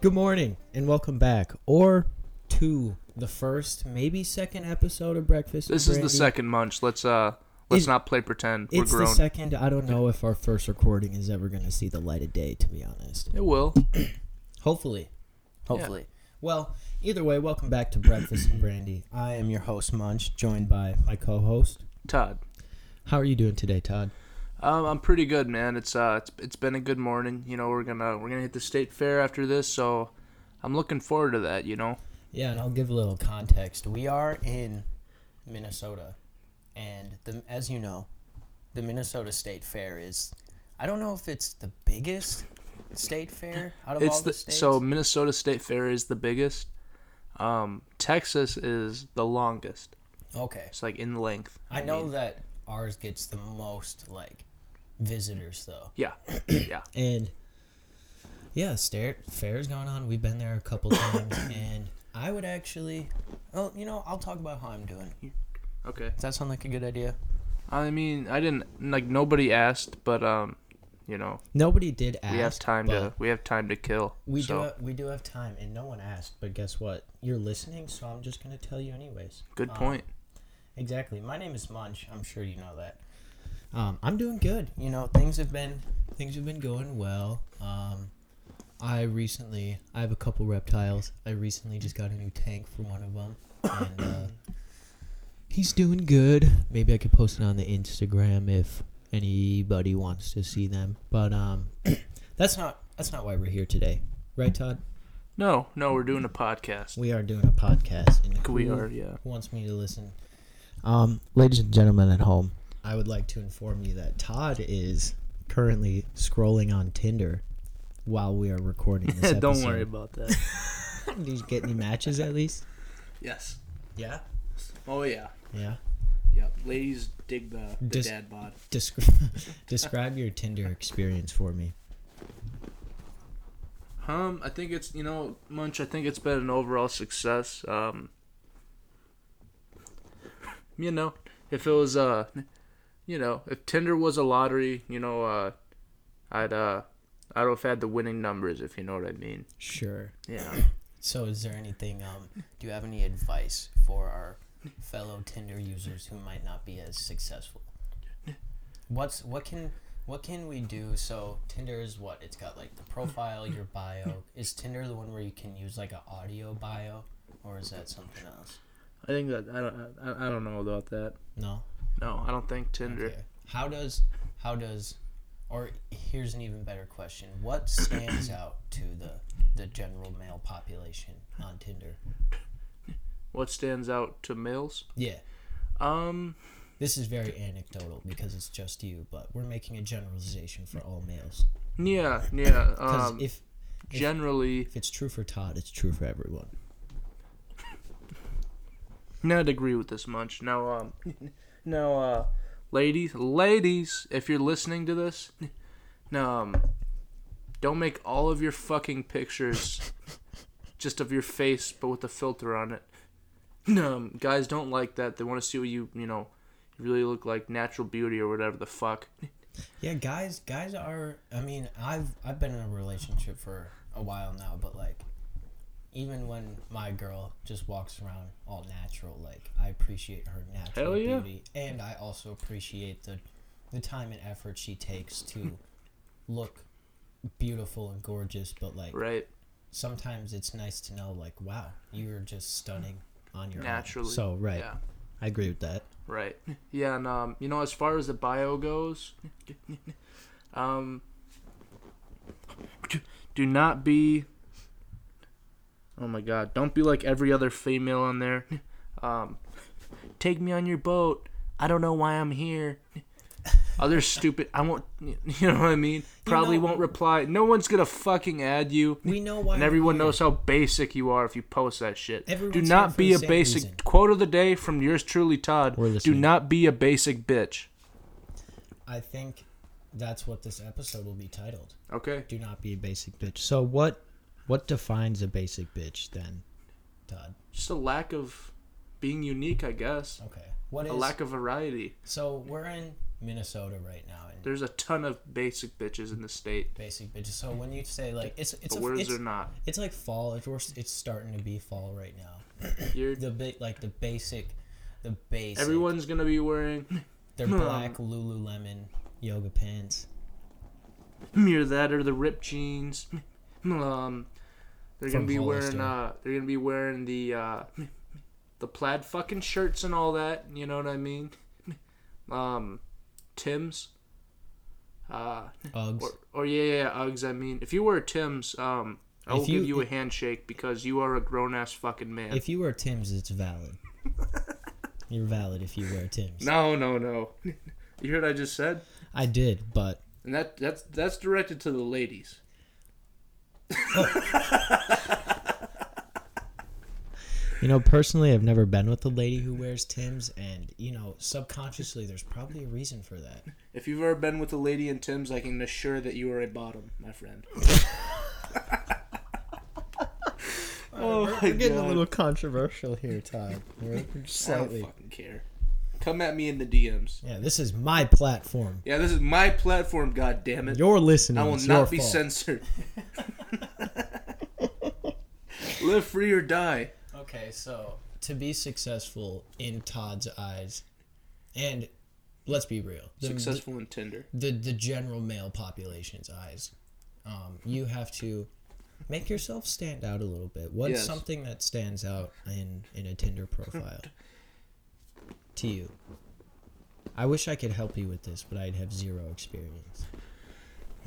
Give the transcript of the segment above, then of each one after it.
Good morning and welcome back, or to the first, maybe second episode of Breakfast. with This is the Brandy. second munch. Let's uh let's It- not play pretend. We're It's the grown. second. I don't know if our first recording is ever going to see the light of day. To be honest, it will. hopefully, hopefully. Well, either way, welcome back to Breakfast and Brandy. I am your host Munch, joined by my co-host. Todd. How are you doing today, Todd? Um, I'm pretty good, man. It's uh it's, it's been a good morning. You know, we're gonna we're gonna hit the state fair after this, so I'm looking forward to that, you know. Yeah, and I'll give a little context. We are in Minnesota, and the, as you know, the Minnesota State Fair is. I don't know if it's the biggest state fair out of all It's the, the states. so Minnesota State Fair is the biggest. Um Texas is the longest. okay, It's like in length. I know that ours gets the most like visitors though, Yeah. Yeah. and yeah, state fair's going on. We've been there a couple times, and I would actually, well, you know, I'll talk about how I'm doing. Does Okay. that sound like a good idea? I mean, I didn't like nobody asked, but um, you know, Nobody did ask. we have time to we have time to kill. We so do have, we do have time, and no one asked. But guess what? You're listening, so I'm just gonna tell you anyways. good Um, point. Exactly. My name is Munch. I'm sure you know that. Um, I'm doing good. You know, things have been things have been going well. Um, I recently I have a couple reptiles. I recently just got a new tank for one of them, and uh, he's doing good. Maybe I could post it on the Instagram if anybody wants to see them. But um, that's not that's not why we're here today, right, Todd? No, no, we're doing a podcast. We are doing a podcast. And We who are, yeah. Wants me to listen. Um, ladies and gentlemen at home, I would like to inform you that Todd is currently scrolling on Tinder while we are recording this episode. Don't worry about that. Did you get any matches at least? yes. Yeah. Oh yeah. Yeah. Yep. Ladies dig the, the Just- dad bod. Descri- describe your Tinder experience for me. Um, I think it's you know, Munch, I think it's been an overall success. Um You know, if it was uh you know, if Tinder was a lottery, you know, uh I'd uh I'd have had the winning numbers if you know what I mean. Sure. Yeah. So, is there anything? Um, do you have any advice for our fellow Tinder users who might not be as successful? What's what can what can we do? So Tinder is what it's got like the profile, your bio. Is Tinder the one where you can use like an audio bio, or is that something else? I think that I don't I, I don't know about that. No. No, I don't think Tinder. Okay. How does how does or here's an even better question. What stands out to the the general male population on Tinder? What stands out to males? Yeah. Um This is very anecdotal because it's just you, but we're making a generalization for all males. yeah, yeah. Because Um if, generally if it's true for Todd, it's true for everyone. not agree with this much. Now, um, now, uh, ladies, ladies, if you're listening to this, now, um, don't make all of your fucking pictures just of your face, but with a filter on it. No, um, guys don't like that. They want to see what you, you know, you really look like natural beauty or whatever the fuck. Yeah, guys, guys are. I mean, I've I've been in a relationship for a while now, but like, even when my girl just walks around all natural, like I appreciate her natural Hell yeah. beauty, and I also appreciate the the time and effort she takes to look beautiful and gorgeous, but like Right? sometimes it's nice to know like wow you're just stunning on your Naturally. So right, Yeah. I agree with that. Right. Yeah, and um, you know, as far as the bio goes, um, do not be. Oh my God! Don't be like every other female on there. Um, take me on your boat. I don't know why I'm here. Other stupid. I won't. You know what I mean? Probably know- won't reply. No one's gonna fucking add you. we know why And we're everyone here. knows how basic you are if you post that shit. Do Everyone's here not for be the a same basic reason. quote of the day from yours truly, Todd. We're Do listening. not be a basic bitch. i think that's what this episode will be titled Okay. Do not be a basic bitch. So what? What defines a basic bitch then? todd Just a lack of being unique, I guess. okay what is A lack of variety. so we're in Minnesota right now and There's a ton of basic bitches in the state, basic bitches. So when you say like it's it's but a, where's it's, there not? it's like fall. It's worse- it's starting to be fall right now. You're The big like the basic, the basic. everyone's gonna be wearing They're black Lululemon yoga pants. mirror that or the ripped jeans. Um, they're gonna From be wearing Hollister. uh, they're gonna be wearing the uh, the plaid fucking shirts and all that. You know what I mean? Um, Tim's. Uh, Uggs. or, or yeah, yeah, yeah, Uggs. I mean, if you wear Tim's, um, I will If you- give you a handshake because you are a grown ass fucking man. If you wear Tim's, it's valid. You're valid if you wear Tim's. No, no, no. you heard what I just said, I did, but and that that's that's directed to the ladies. you know, personally, I've never been with a lady who wears Tim's, and you know, subconsciously, there's probably a reason for that. If you've ever been with a lady in Tim's, I can assure that you are a bottom, my friend. oh my God. Oh, controversial here, Todd. We're I don't fucking care. Come at me in the DMs. Yeah, this is my platform. Yeah, this is my platform. God damn it! You're listening. I will it's your not be fault. censored. Live free or die. Okay, so to be successful in Todd's eyes, and let's be real, the, Successful in Tinder. the the general male population's eyes, um, you have to make yourself stand out a little bit. What's Yes. something that stands out in in a Tinder profile to you? I wish I could help you with this, but I'd have zero experience.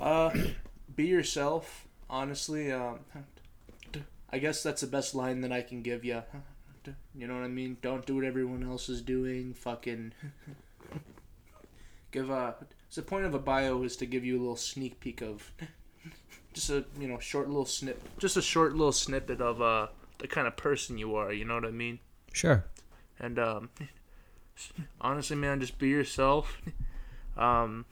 Uh, be yourself. Honestly, um, I guess that's the best line that I can give you. You know what I mean? Don't do what everyone else is doing. Fucking give a. It's the point of a bio is to give you a little sneak peek of, just a you know short little snip, just a short little snippet of uh the kind of person you are. You know what I mean? Sure. And um, honestly, man, just be yourself. Um,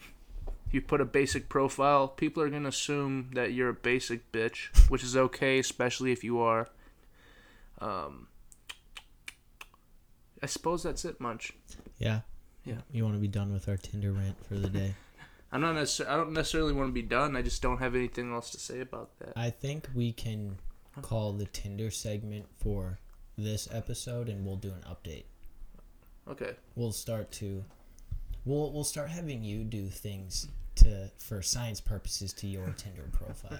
you put a basic profile, people are gonna assume that you're a basic bitch, which is okay, especially if you are. Um, I suppose that's it, Munch. Yeah. Yeah. You want to be done with our Tinder rant for the day? I'm not necessar- I don't necessarily want to be done. I just don't have anything else to say about that. I think we can call the Tinder segment for this episode, and we'll do an update. Okay. We'll start to, we'll we'll start having you do things to for science purposes to your Tinder profile.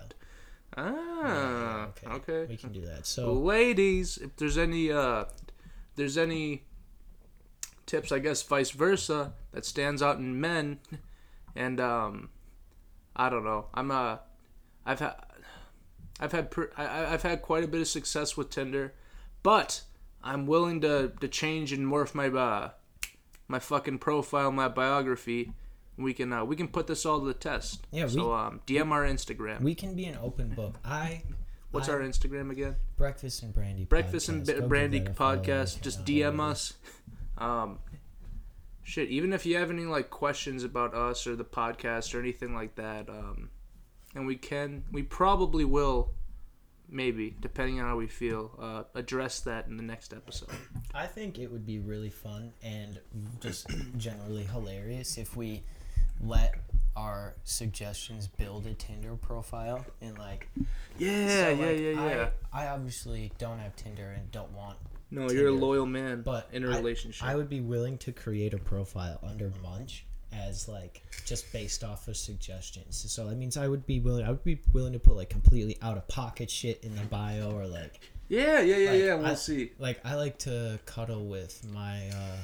Ah. okay. Okay. We can do that. So ladies if there's any uh there's any tips i guess vice versa that stands out in men and um i don't know i'm uh i've had i've had pr- I- I- i've had quite a bit of success with tinder but i'm willing to to change and morph my uh my fucking profile my biography we can uh, we can put this all to the test Yeah, we- so um dm our instagram we can be an open book. I what's our instagram again breakfast and brandy. Breakfast and Podcast. Bi- Go give Brandy that a follow if podcast. you're Just not DM already. us. Um, shit. Even if you have any like questions about us or the podcast or anything like that, um, and we can, we probably will, maybe depending on how we feel, uh, address that in the next episode. I think it would be really fun and just generally hilarious if we let our suggestions build a Tinder profile and like Yeah, so, yeah, like, yeah, yeah. I, I obviously don't have Tinder and don't want no, you're a Tinder. loyal man, but in a I- relationship. I would be willing to create a profile under Munch as like just based off of suggestions. So that means I would be willing I would be willing to put like completely out of pocket shit in the bio or like yeah, yeah, yeah, like, yeah. We'll I- see. like I like to cuddle with my uh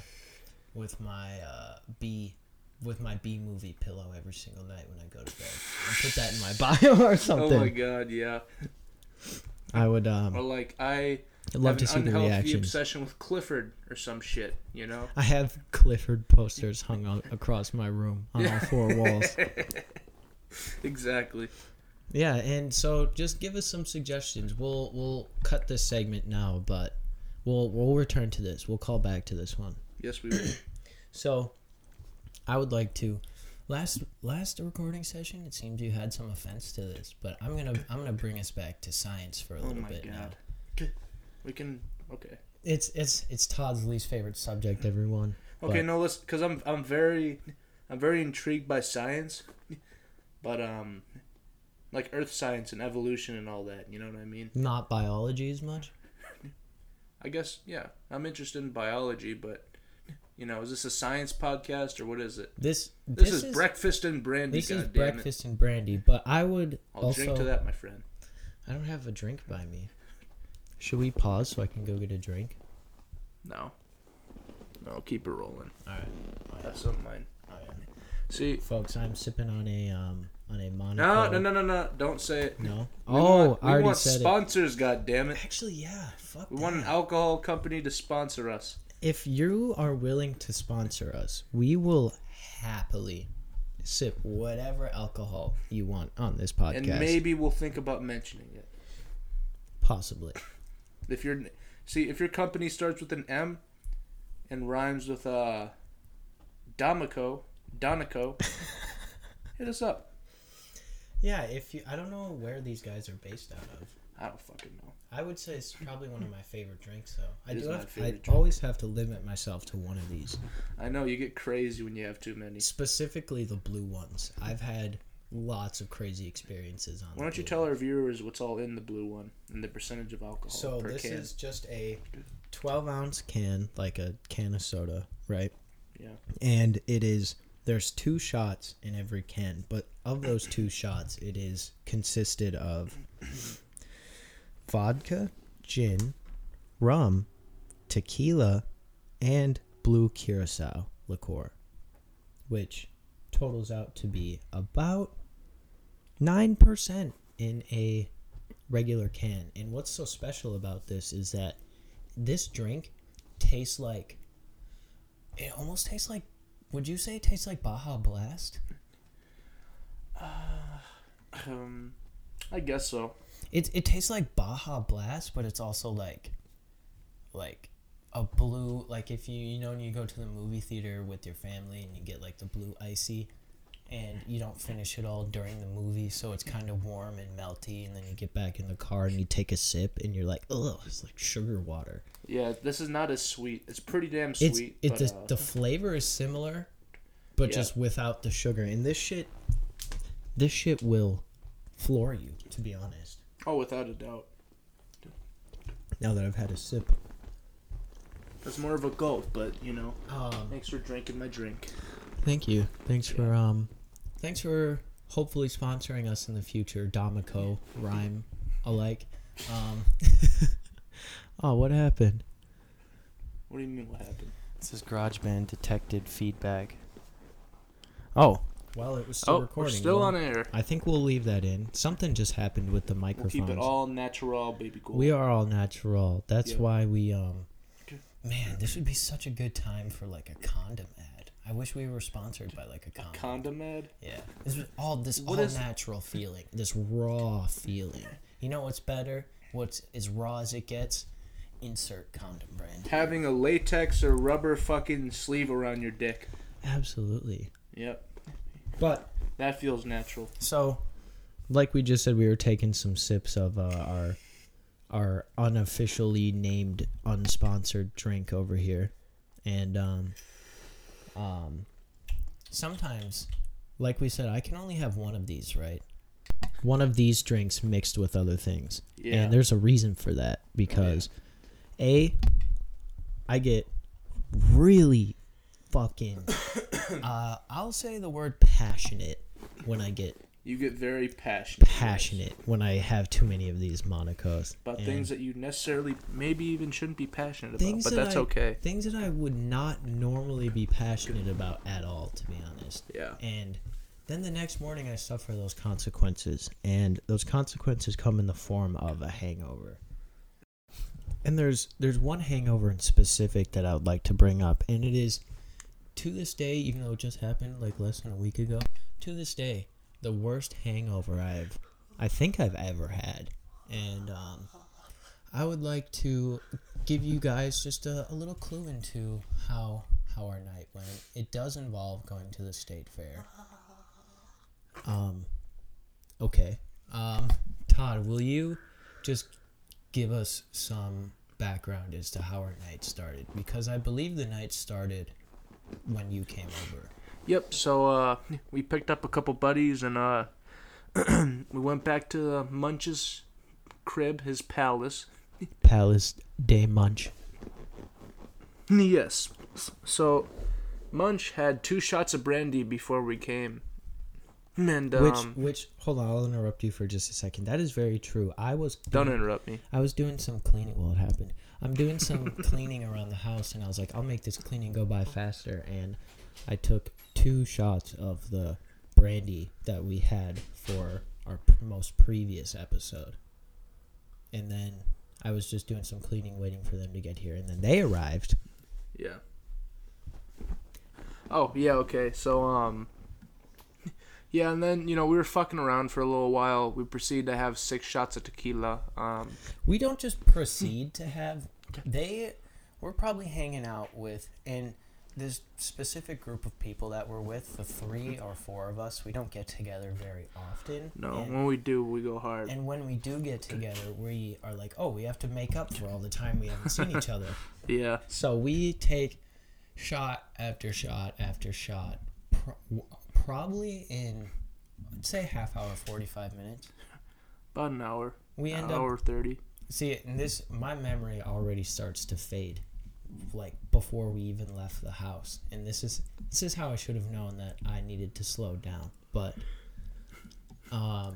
with my uh B with my B movie pillow every single night when I go to bed. I put that in my bio or Oh something. my god, yeah. I would Or um like I I'd love have to see an the unhealthy reactions. obsession with Clifford or some shit. You know. I have Clifford posters hung on, across my room on all four walls. Exactly. Yeah, and so just give us some suggestions. We'll we'll cut this segment now, but we'll we'll return to this. We'll call back to this one. Yes, we will. So, I would like to. Last last recording session, it seems you had some offense to this, but I'm gonna I'm gonna bring us back to science for a Oh little my bit now. god. We can okay. It's it's it's Todd's least favorite subject. Everyone. Okay, But- no, let's cuz I'm I'm very I'm very intrigued by science, but um, like earth science and evolution and all that. You know what I mean? Not biology as much. I guess yeah. I'm interested in biology, but you know, is this a science podcast or what is it? This This, is, breakfast and brandy. This This is It. breakfast and brandy, but I would I'll also. drink to that, my friend. I don't have a drink by me. Should we pause so I can go get a drink? No, no, keep it rolling. All right, That's not mine. all right. See, folks. I'm sipping on a um on a Monaco. no, no, no, no, no. Don't say it. No? We Oh, want- I we already want said it. sponsors. God damn it. Actually, yeah. Fuck. We want an that. alcohol company to sponsor us. If you are willing to sponsor us, we will happily sip whatever alcohol you want on this podcast. and maybe we'll think about mentioning it. possibly. If you're see if your company starts with an M and rhymes with uh Domico, Donico, hit us up. Yeah, if you I don't know where these guys are based out of. I don't fucking know. I would say it's probably one of my favorite drinks though. I It is do my have I favorite drink. always have to limit myself to one of these. I know you get crazy when you have too many. Specifically the blue ones. I've had lots of crazy experiences on Why don't you tell our viewers what's all in the blue one and the percentage of alcohol So per this can? is just a 12 ounce can, like a can of soda, right? Yeah. And it is there's two shots in every can, but of those two shots, it is consisted of vodka, gin, rum, tequila, and blue curacao liqueur, which totals out to be about nine percent in a regular can. And what's so special about this is that this drink tastes like it almost tastes like would you say it tastes like Baja Blast? Um I guess so. It it tastes like Baja Blast, but it's also like like a blue like if you you know when you go to the movie theater with your family and you get like the blue icy and you don't finish it all during the movie so it's kind of warm and melty and then you get back in the car and you take a sip and you're like oh it's like sugar water Yeah, this is not as sweet. It's pretty damn it's sweet. it but, just uh, the flavor is similar but Yeah. just without the sugar and this shit this shit will floor you to be honest oh, without a doubt. now that i've had a sip That's more of a gulp, but you know. um Thanks for drinking my drink. thank you thanks for um thanks for hopefully sponsoring us in the future domico rhyme alike um oh what happened What do you mean? What happened? This is GarageBand detected feedback. Oh, well it was still oh, recording we're still Well, on air. i think we'll leave that in something just happened with the We'll microphones keep it all natural, baby. Cool. We are all natural. That's Yeah. why we um man, this would be such a good time for like a condom ad. I wish we were sponsored by like a condom. condom ad. yeah. This was all this What all is- natural feeling, this raw feeling. You know what's better? What's as raw as it gets? Insert condom brand. Having a latex or rubber fucking sleeve around your dick. Absolutely. Yep, But that feels natural. so like we just said we were taking some sips of uh, our our unofficially named unsponsored drink over here and um um sometimes like we said i can only have one of these right one of these drinks mixed with other things Yeah. and there's a reason for that because a i get really fucking uh i'll say the word passionate when i get You get very passionate passionate when I have too many of these Monacos. about And things that you necessarily, maybe even shouldn't be passionate about. things But that that's I- okay. Things that I would not normally be passionate about at all, to be honest. Yeah. And then the next morning, I suffer those consequences, and those consequences come in the form of a hangover. And there's there's one hangover in specific that I would like to bring up, and it is to this day, even though it just happened like less than a week ago, to this day, the worst hangover I've I think I've ever had, and um, I would like to give you guys just a, a little clue into how how our night went. It does involve going to the state fair. Um, okay. Um, Todd, will you just give us some background as to how our night started? Because I believe the night started when you came over. Yep. So uh, we picked up a couple buddies and uh, we went back to uh, Munch's crib, his palace. Palace de Munch. Yes. So Munch had two shots of brandy before we came. And um, which, which, hold on, I'll interrupt you for just a second. That is very true. I was don't interrupt me. I was doing some cleaning. Well, it happened. I'm doing some cleaning around the house, and I was like, I'll make this cleaning go by faster. And I took two shots of the brandy that we had for our p- most previous episode. And then I was just doing some cleaning, waiting for them to get here. And then they arrived. Yeah. Oh yeah. Okay. So um. Yeah, and then you know we were fucking around for a little while. We proceeded to have six shots of tequila. Um, We don't just proceed to have they we're probably hanging out with and this specific group of people that we're with, the three or four of us, we don't get together very often. no, And, when we do, we go hard. and when we do get together, we are like, oh, we have to make up for all the time we haven't seen each other. Yeah. So we take shot after shot after shot, pro- w- probably in, I'd say half hour, 45 minutes. About an hour. We end up, hour thirty. see, and this, my memory already starts to fade, like before we even left the house. And this is, this is how I should have known that I needed to slow down. But, um,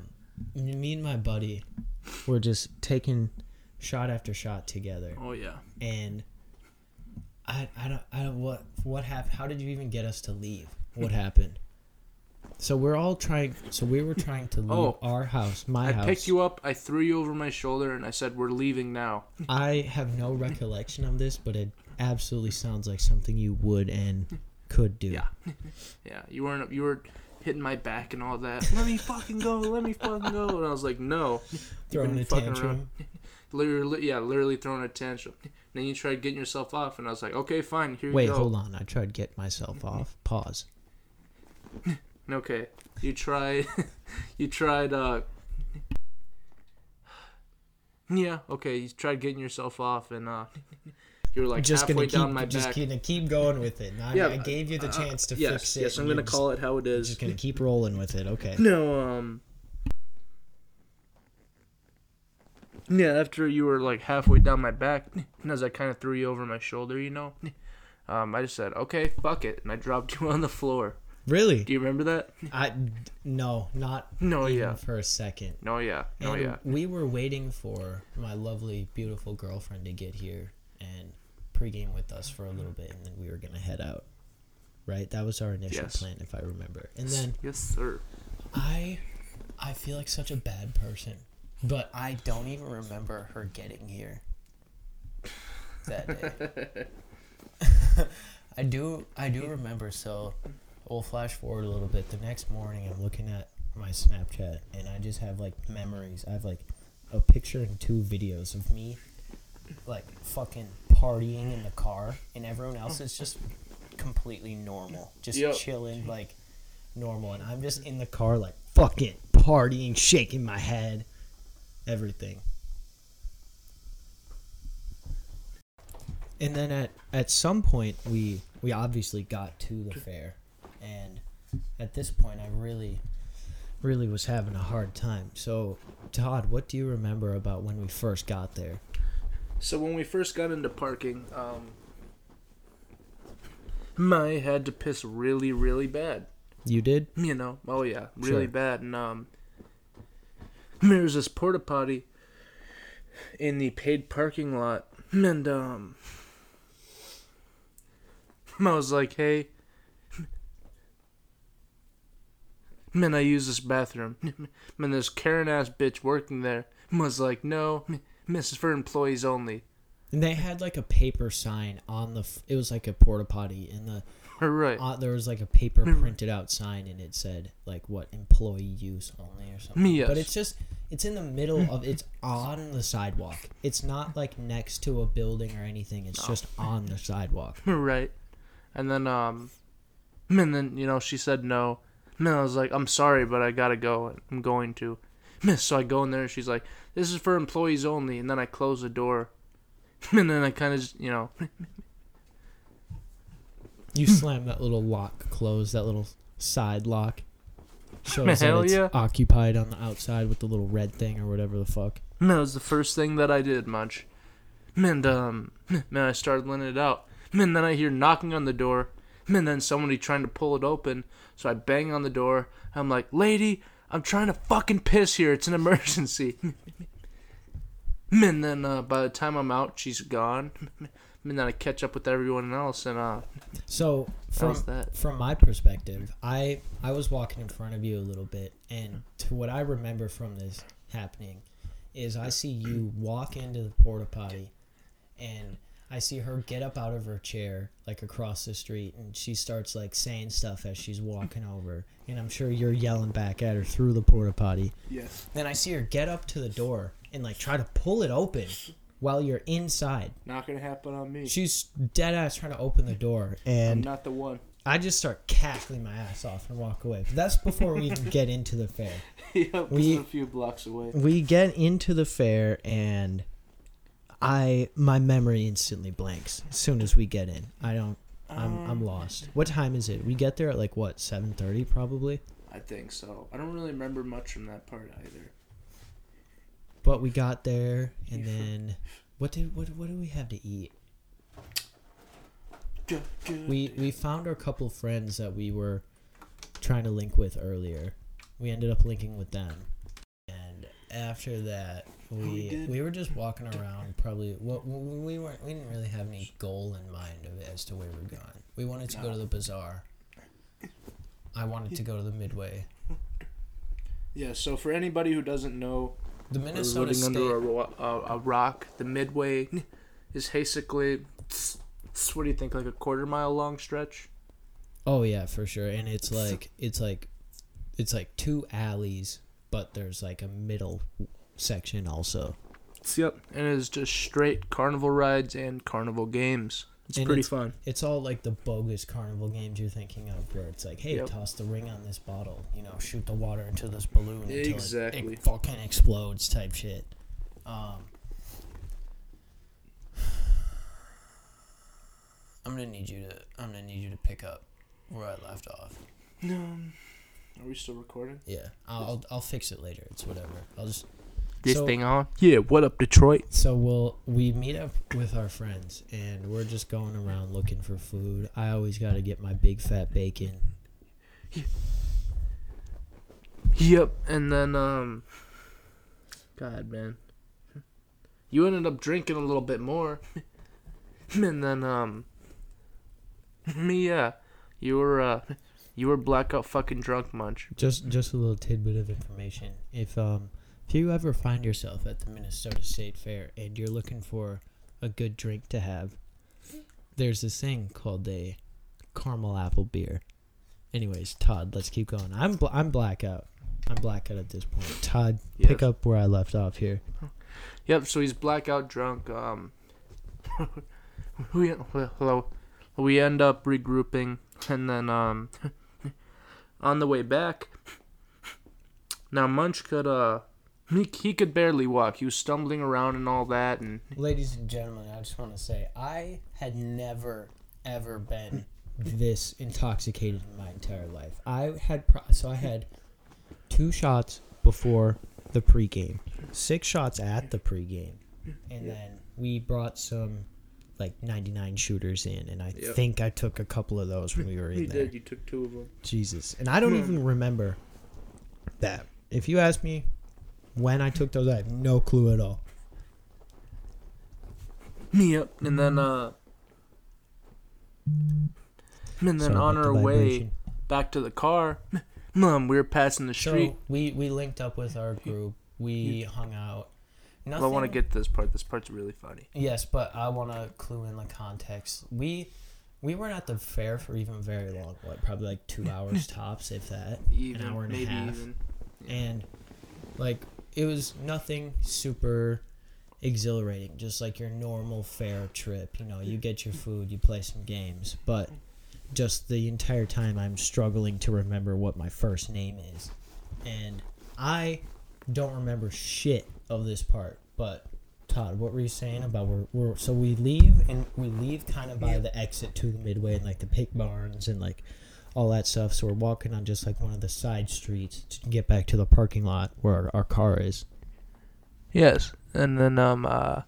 Me and my buddy were just taking shot after shot together. Oh yeah. and I, I don't I don't what what happened how did you even get us to leave what happened so we're all trying so we were trying to leave Oh. our house my I house picked you up. I threw you over my shoulder, and I said, "We're leaving now." I have no recollection of this but it absolutely sounds like something you would and could do Yeah. Yeah. You weren't. You were hitting my back and all that. Let me fucking go. Let me fucking go. And I was like, "No." You've throwing been a fucking around. tantrum Literally, yeah, literally throwing a tantrum. Then you tried getting yourself off, and I was like, "Okay, fine. Here wait you go." hold on I tried to get myself Mm-hmm. off pause Okay. You tried you tried uh Yeah, okay, you tried getting yourself off and uh you were like just halfway gonna keep down my just back. gonna keep going with it I, Yeah, uh, I gave you the chance to yes, fix it yes, I'm and gonna you're call it how it just, is. just gonna keep rolling with it okay No, um Yeah, after you were like halfway down my back, and as I kinda threw you over my shoulder, you know, um, I just said, Okay, fuck it and I dropped you on the floor. really Do you remember that? I no not No Oh, yeah. even for a second. No yeah. No And Oh, yeah. We were waiting for my lovely, beautiful girlfriend to get here and pregame with us for a little bit, and then we were gonna head out. Right, that was our initial Yes. plan, if I remember. And then Yes, sir. I, I feel like such a bad person, but I don't even remember her getting here that day. I do I do remember so we'll flash forward a little bit. The next morning I'm looking at my Snapchat and I just have like memories. I have like a picture and two videos of me like fucking partying in the car and everyone else is just completely normal. Just Yep. chilling like normal, and I'm just in the car like fucking partying, shaking my head, everything. And then at at some point we we obviously got to the fair, and at this point I really really was having a hard time. So Todd, what do you remember about when we first got there? So when we first got into parking, um, my had to piss really, really bad. You did? You know, oh yeah, really Sure. bad. And um, there was this porta potty in the paid parking lot, and um, I was like, hey. Man, I use this bathroom. Man, this Karen ass bitch working there was like, no, this is for employees only. And they had like a paper sign on the. F- it was like a porta potty, and the Right. uh, there was like a paper printed out sign and it said like what employee use only or something Yes. but it's just it's in the middle of it's on the sidewalk it's not like next to a building or anything it's just on the sidewalk right. And then um and then, you know, she said no. And then I was like, I'm sorry, but I gotta go. I'm going to. So I go in there and she's like, This is for employees only and then I close the door. And then I kinda just you know You slam that little lock closed, that little side lock. Shows Hell that it's yeah. occupied on the outside with the little red thing or whatever the fuck. And That was the first thing that I did, Munch. And um, man, I started letting it out. And then I hear knocking on the door. And then somebody trying to pull it open. So I bang on the door. I'm like, lady, I'm trying to fucking piss here. It's an emergency. And then uh, by the time I'm out, she's gone. And then I catch up with everyone else. And uh, So from How's that? from my perspective, I I was walking in front of you a little bit, and to what I remember from this happening, is I see you walk into the porta potty, and I see her get up out of her chair like across the street, and she starts like saying stuff as she's walking over, and I'm sure you're yelling back at her through the porta potty. Yes. Then I see her get up to the door and like try to pull it open while you're inside. Not gonna happen on me. She's dead ass trying to open the door, I'm and not the one. I just start cackling my ass off and walk away. But that's before we even get into the fair. yep, We- we, a few blocks away. We get into the fair and I my memory instantly blanks as soon as we get in. I don't I'm Um, I'm Um, lost. What time is it? We get there at like what, seven thirty probably? I think so. I don't really remember much from that part either. But we got there and then what did what what do we have to eat? Good, good. We we found our couple friends that we were trying to link with earlier. We ended up linking with them, and after that, Oh, we we did. we were just walking around. Probably what we we weren't. We didn't really have any goal in mind of it as to where we were going. We wanted to go to the bazaar. I wanted to go to the midway. yeah. So for anybody who doesn't know, The We're Minnesota living State. under a, ro- a, a rock. The midway is basically, what do you think, like a quarter mile long stretch? Oh yeah, for sure. And it's like it's like it's like two alleys, but there's like a middle section also. Yep. And it's just straight carnival rides and carnival games. It's And pretty it's- fun. It's all like the bogus carnival games you're thinking of, where it's like, hey, Yep. toss the ring on this bottle, you know, shoot the water into this balloon until it- Exactly. it, fucking explodes, type shit. Um, I'm gonna need you to. I'm gonna need you to pick up where I left off. Um, are we still recording? yeah, I'll, I'll I'll fix it later. It's whatever. I'll just This So- thing on? Yeah, what up, Detroit? so we'll we meet up with our friends and we're just going around looking for food. I always got to get my big fat bacon. Yep. And then, um, God, man. You ended up drinking a little bit more. and then, um, me, yeah. You were, uh, you were blackout fucking drunk, Munch. Just just a little tidbit of information. If um if you ever find yourself at the Minnesota State Fair and you're looking for a good drink to have, there's this thing called a caramel apple beer. Anyways, Todd, let's keep going. I'm bl- I'm blackout. I'm blackout at this point. Todd, pick Yes. up where I left off here. Yep, so he's blackout drunk. Um, we hello, we end up regrouping, and then um, on the way back, now Munch could uh, he, he could barely walk. He was stumbling around and all that, and Ladies and gentlemen, I just want to say I had never ever been. This intoxicated in my entire life. I had pro- so I had two shots before the pregame, six shots at the pregame, and then we brought some like 99 shooters in, and I Yep. think I took a couple of those when we were in there. You took two of them. Jesus, and I Hmm. don't even remember that. If you ask me when I took those, I have no clue at all. Yep, and then uh, and then Sorry on about the our way vibration. back to the car, um, we were passing the street. So we we linked up with our group. We hung out. Nothing. I want to get to this part. This part's really funny. Yes, but I want to clue in the context. We we weren't at the fair for even very long. What, probably like two hours tops, if that. Even hour and a maybe half. even And like it was nothing super exhilarating, just like your normal fair trip. You know, you get your food, you play some games, but just the entire time I'm struggling to remember what my first name is, and I don't remember shit of this part. But Todd, what were you saying about we're, we're so we leave and we leave kind of by the exit to the midway and like the pig barns and like all that stuff. So we're walking on just like one of the side streets to get back to the parking lot where our, our car is. Yes, and then um uh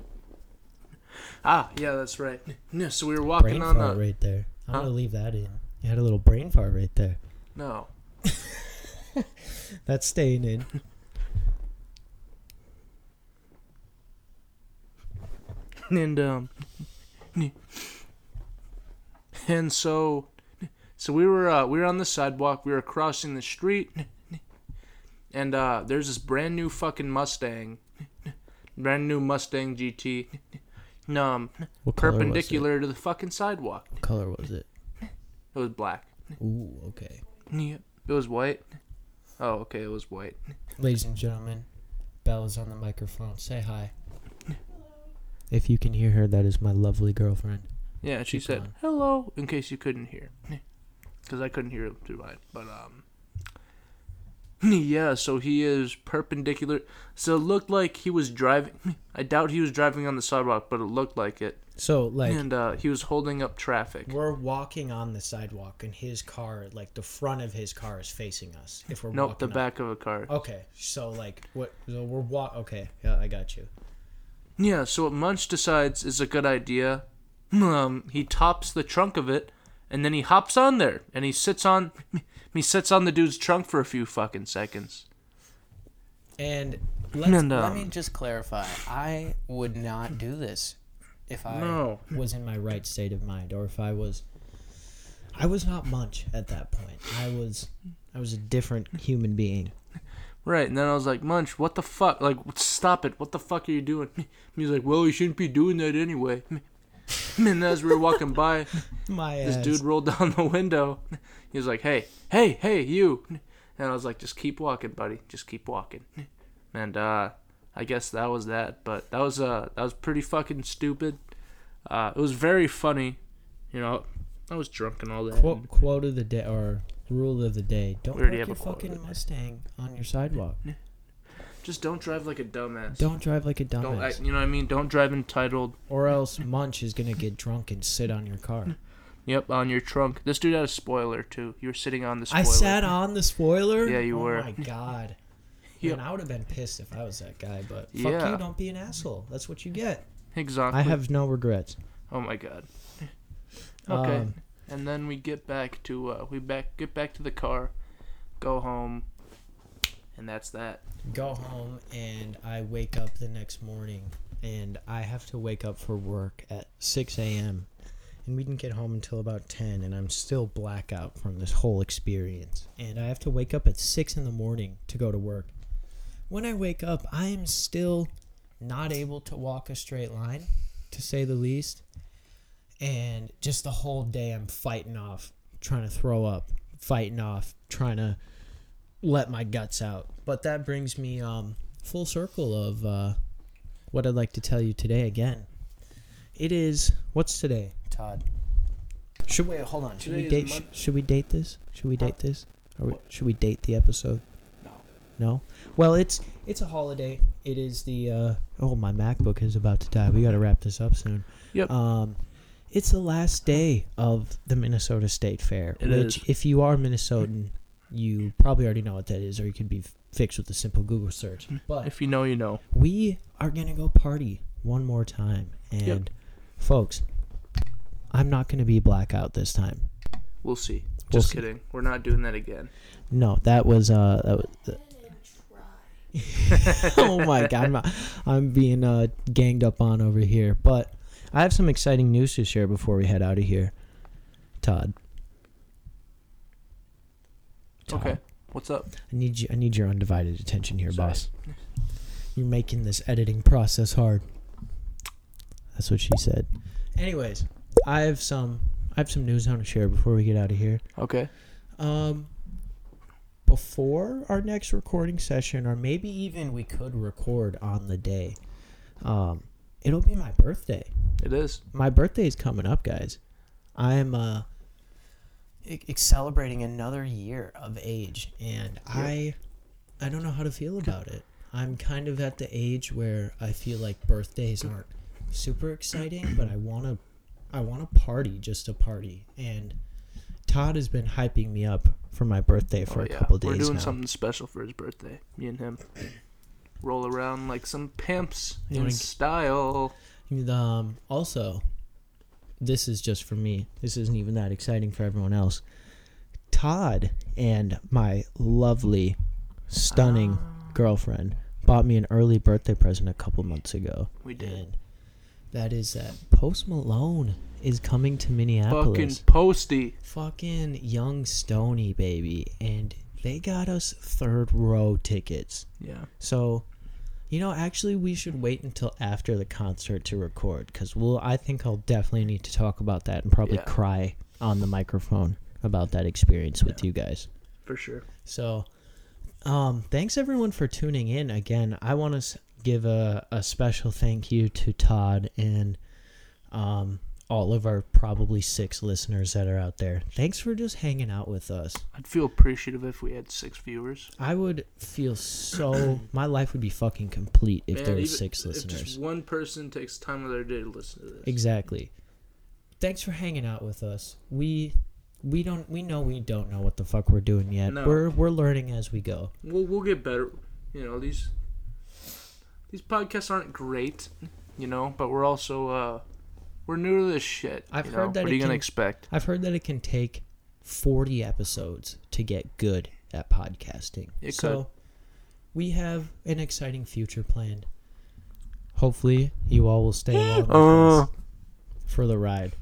ah yeah that's right. No, so we were walking brain on fart a right there. I'm Huh? gonna leave that in. You had a little brain fart right there. no That's staying in. and um and so so we were uh, we were on the sidewalk. We were crossing the street, and uh, there's this brand new fucking Mustang, brand new Mustang GT, um What color perpendicular to the fucking sidewalk. Was it? What color was it? It was black. Ooh, okay. Yeah. It was white. Oh, okay, it was white. Ladies and gentlemen, Belle is on the microphone. Say hi. If you can hear her, that is my lovely girlfriend. Yeah, she Keep said going. hello in case you couldn't hear, because I couldn't hear through mine. But um, yeah. So he is perpendicular. So it looked like he was driving. I doubt he was driving on the sidewalk, but it looked like it. So, like, and uh, he was holding up traffic. we're walking on the sidewalk, and his car, like, the front of his car is facing us. If we're Nope, walking the up. back of a car. Okay, so like, what? So we're walk. Okay, yeah, I got you. Yeah, so what Munch decides is a good idea. Um, he tops the trunk of it, and then he hops on there, and he sits on, he sits on the dude's trunk for a few fucking seconds. And Let's, no. Let me just clarify. I would not do this if I. No, was in my right state of mind, or if I was, I was not Munch at that point. I was, I was a different human being. right. And then I was like, Munch, what the fuck? Like, stop it! What the fuck are you doing? He's like, Well, you shouldn't be doing that anyway. And as we were walking by, My uh, this ass. dude rolled down the window. He was like, "Hey, hey, hey, you!" And I was like, "Just keep walking, buddy. Just keep walking." And uh, I guess that was that. But that was uh, that was pretty fucking stupid. Uh, it was very funny. You know, I was drunk and all that. Quote, quote of the day or rule of the day: Don't We already park have your a quote of the fucking day. Mustang on your sidewalk. Just don't drive like a dumbass. Don't drive like a Don't dumbass, act, you know what I mean? Don't drive entitled. or else Munch is gonna get drunk and sit on your car. Yep, on your trunk. This dude had a spoiler too. You were sitting on the spoiler. I sat on the spoiler. Yeah, you oh were. my god. Yeah. Man, I would have been pissed if I was that guy, but fuck Yeah. you, don't be an asshole. That's what you get. Exactly. I have no regrets. Oh my god. Okay. Um, and then we get back to uh, we back get back to the car, go home, and that's that. Go home and I wake up the next morning and I have to wake up for work at 6 a.m. And we didn't get home until about 10 and I'm still blackout from this whole experience. And I have to wake up at 6 in the morning to go to work. When I wake up, I am still not able to walk a straight line, to say the least. And just the whole day I'm fighting off, trying to throw up, fighting off, trying to let my guts out. But that brings me um, full circle of uh, what I'd like to tell you today again. It is what's today? Todd. Should we hold on? Should we Today date? is sh- Mon- should we date this? Should we Huh? date this? Are we, What? should we date the episode? No. No. Well, it's it's a holiday. It is the uh, oh my MacBook is about to die. We got to wrap this up soon. Yep. Um, it's the last day of the Minnesota State Fair, It which is. if you are Minnesotan, you probably already know what that is, or you could be f- fixed with a simple Google search. But Mm. If you know, you know. we are gonna go party one more time, and folks, I'm not gonna be blackout this time. We'll see. We'll Just see. kidding. We're not doing that again. No, that was uh. That was, oh my god, I'm, I'm being uh, ganged up on over here. But I have some exciting news to share before we head out of here, Todd. Todd, Okay. What's up? I need you. I need your undivided attention here, Sorry. boss. You're making this editing process hard. That's what she said. Anyways, I have some. I have some news I want to share before we get out of here. Okay. Um, before our next recording session, or maybe even we could record on the day. Um, it'll be my birthday. It is. My birthday is coming up, guys. I'm uh I- E-, I- celebrating another year of age, and I, I don't know how to feel about it. I'm kind of at the age where I feel like birthdays aren't super exciting, but I want to I want to party just to party. And Todd has been hyping me up for my birthday for Oh, a yeah. couple days We're doing now. something special for his birthday. Me and him roll around like some pimps You in wanna g- style. Um, also, this is just for me. This isn't even that exciting for everyone else. Todd and my lovely, stunning Ah. girlfriend bought me an early birthday present a couple months ago. We did. And that is that Post Malone is coming to Fucking Minneapolis. posty. Fucking young Stony baby, and they got us third row tickets. Yeah. So, you know, actually, we should wait until after the concert to record because we'll. I think I'll definitely need to talk about that and probably Yeah. cry on the microphone about that experience with you guys. For sure. So, um, thanks everyone for tuning in again. I want to give a, a special thank you to Todd and um, all of our probably six listeners that are out there. Thanks for just hanging out with us. I'd feel appreciative if we had six viewers. I would feel so. my life would be fucking complete if Man, there were even six if just listeners. one person takes time out of their day to listen to this. Exactly. Thanks for hanging out with us. We we don't we know we don't know what the fuck we're doing yet. No. We're we're learning as we go. We'll we'll get better. You know these these podcasts aren't great. You know, but we're also uh we're new to this shit. I've you heard know? that What it are you gonna can- expect? I've heard that it can take 40 episodes to get good at podcasting. It so we have an exciting future planned. Hopefully, you all will stay along with Uh. us for the ride.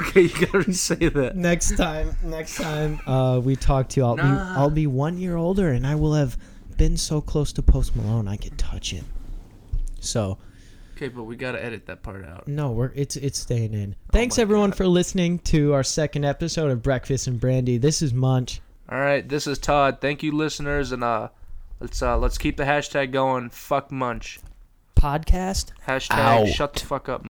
okay, you gotta say that. Next time, next time uh, we talk to you, I'll be Nah. I'll be one year older, and I will have been so close to Post Malone I could touch it. So Okay, but we gotta edit that part out. no, we're it's it's staying in. Thanks my everyone God. for listening to our second episode of Breakfast and Brandy. This is Munch. All right, this is Todd. Thank you, listeners, and uh, let's uh let's keep the hashtag going. Fuck Munch. podcast Hashtag Out. shut the fuck up,